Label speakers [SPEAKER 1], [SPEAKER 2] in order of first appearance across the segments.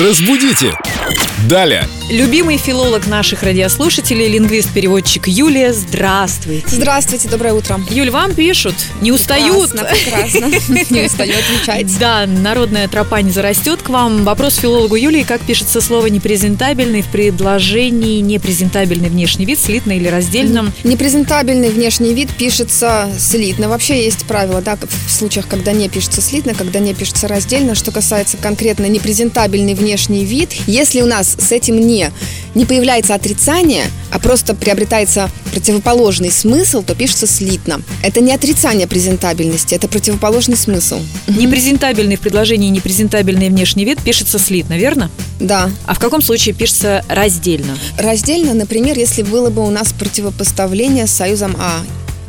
[SPEAKER 1] Разбудите! Далее!
[SPEAKER 2] Любимый филолог наших радиослушателей, лингвист-переводчик Юлия, здравствуйте.
[SPEAKER 3] Здравствуйте, доброе утро.
[SPEAKER 2] Юль, вам пишут, не устают.
[SPEAKER 3] Прекрасно, прекрасно. Не устаю отвечать.
[SPEAKER 2] Да, народная тропа не зарастет к вам. Вопрос филологу Юлии, как пишется слово «непрезентабельный» в предложении «непрезентабельный внешний вид», «слитно» или «раздельно».
[SPEAKER 3] Непрезентабельный внешний вид пишется слитно. Вообще есть правило, да, в случаях, когда не пишется слитно, когда не пишется раздельно. Что касается конкретно непрезентабельный внешний вид, если у нас с этим «не» не появляется отрицание, а просто приобретается противоположный смысл, то пишется слитно. Это не отрицание презентабельности, это противоположный смысл.
[SPEAKER 2] Непрезентабельный в предложении «непрезентабельный внешний вид» пишется слитно, верно?
[SPEAKER 3] Да.
[SPEAKER 2] А в каком случае пишется раздельно?
[SPEAKER 3] Ну, Раздельно, например, если было бы у нас противопоставление с союзом А.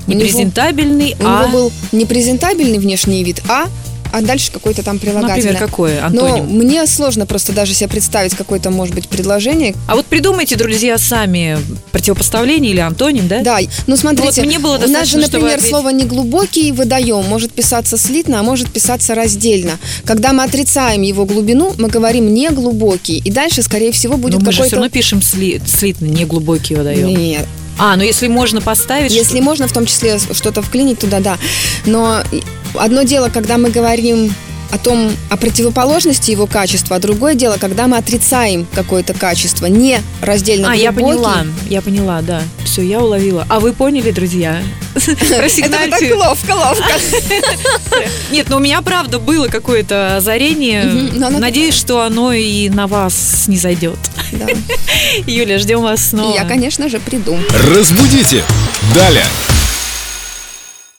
[SPEAKER 3] У него-
[SPEAKER 2] Непрезентабельный,
[SPEAKER 3] У
[SPEAKER 2] а...
[SPEAKER 3] него был непрезентабельный внешний вид А, а дальше какой-то там прилагательный.
[SPEAKER 2] Например, какое,
[SPEAKER 3] Но
[SPEAKER 2] антоним?
[SPEAKER 3] мне сложно просто даже себе представить какое-то, может быть, предложение.
[SPEAKER 2] А вот придумайте, друзья, сами противопоставление или антоним, да?
[SPEAKER 3] Да, ну смотрите,
[SPEAKER 2] Вот мне было
[SPEAKER 3] у нас же,
[SPEAKER 2] достаточно, чтобы
[SPEAKER 3] например,
[SPEAKER 2] ответить.
[SPEAKER 3] слово «неглубокий» водоем может писаться слитно, а может писаться раздельно. Когда мы отрицаем его глубину, мы говорим «неглубокий», и дальше, скорее всего,
[SPEAKER 2] Но
[SPEAKER 3] будет
[SPEAKER 2] мы же все
[SPEAKER 3] какой-то...
[SPEAKER 2] равно пишем сли- слитно, не глубокий водоем.
[SPEAKER 3] Нет,
[SPEAKER 2] А, ну если можно поставить...
[SPEAKER 3] Если можно, в том числе что-то вклинить туда, да. Но и- одно дело, когда мы говорим о том, о противоположности его качества, а другое дело, когда мы отрицаем какое-то качество, не
[SPEAKER 2] что-
[SPEAKER 3] раздельно
[SPEAKER 2] А, я
[SPEAKER 3] глубокий.
[SPEAKER 2] поняла, я поняла, да. Все, я уловила. А вы поняли, друзья?
[SPEAKER 3] Это вы так
[SPEAKER 2] Просигнальте.
[SPEAKER 3] ловко, ловко.
[SPEAKER 2] Нет, ну у меня правда было какое-то озарение.
[SPEAKER 3] Мгм, но оно
[SPEAKER 2] Надеюсь, что оно и на вас не зайдет.
[SPEAKER 3] Да.
[SPEAKER 2] Юля, ждем вас снова.
[SPEAKER 3] Я, конечно же, приду.
[SPEAKER 1] Разбудите! Далее!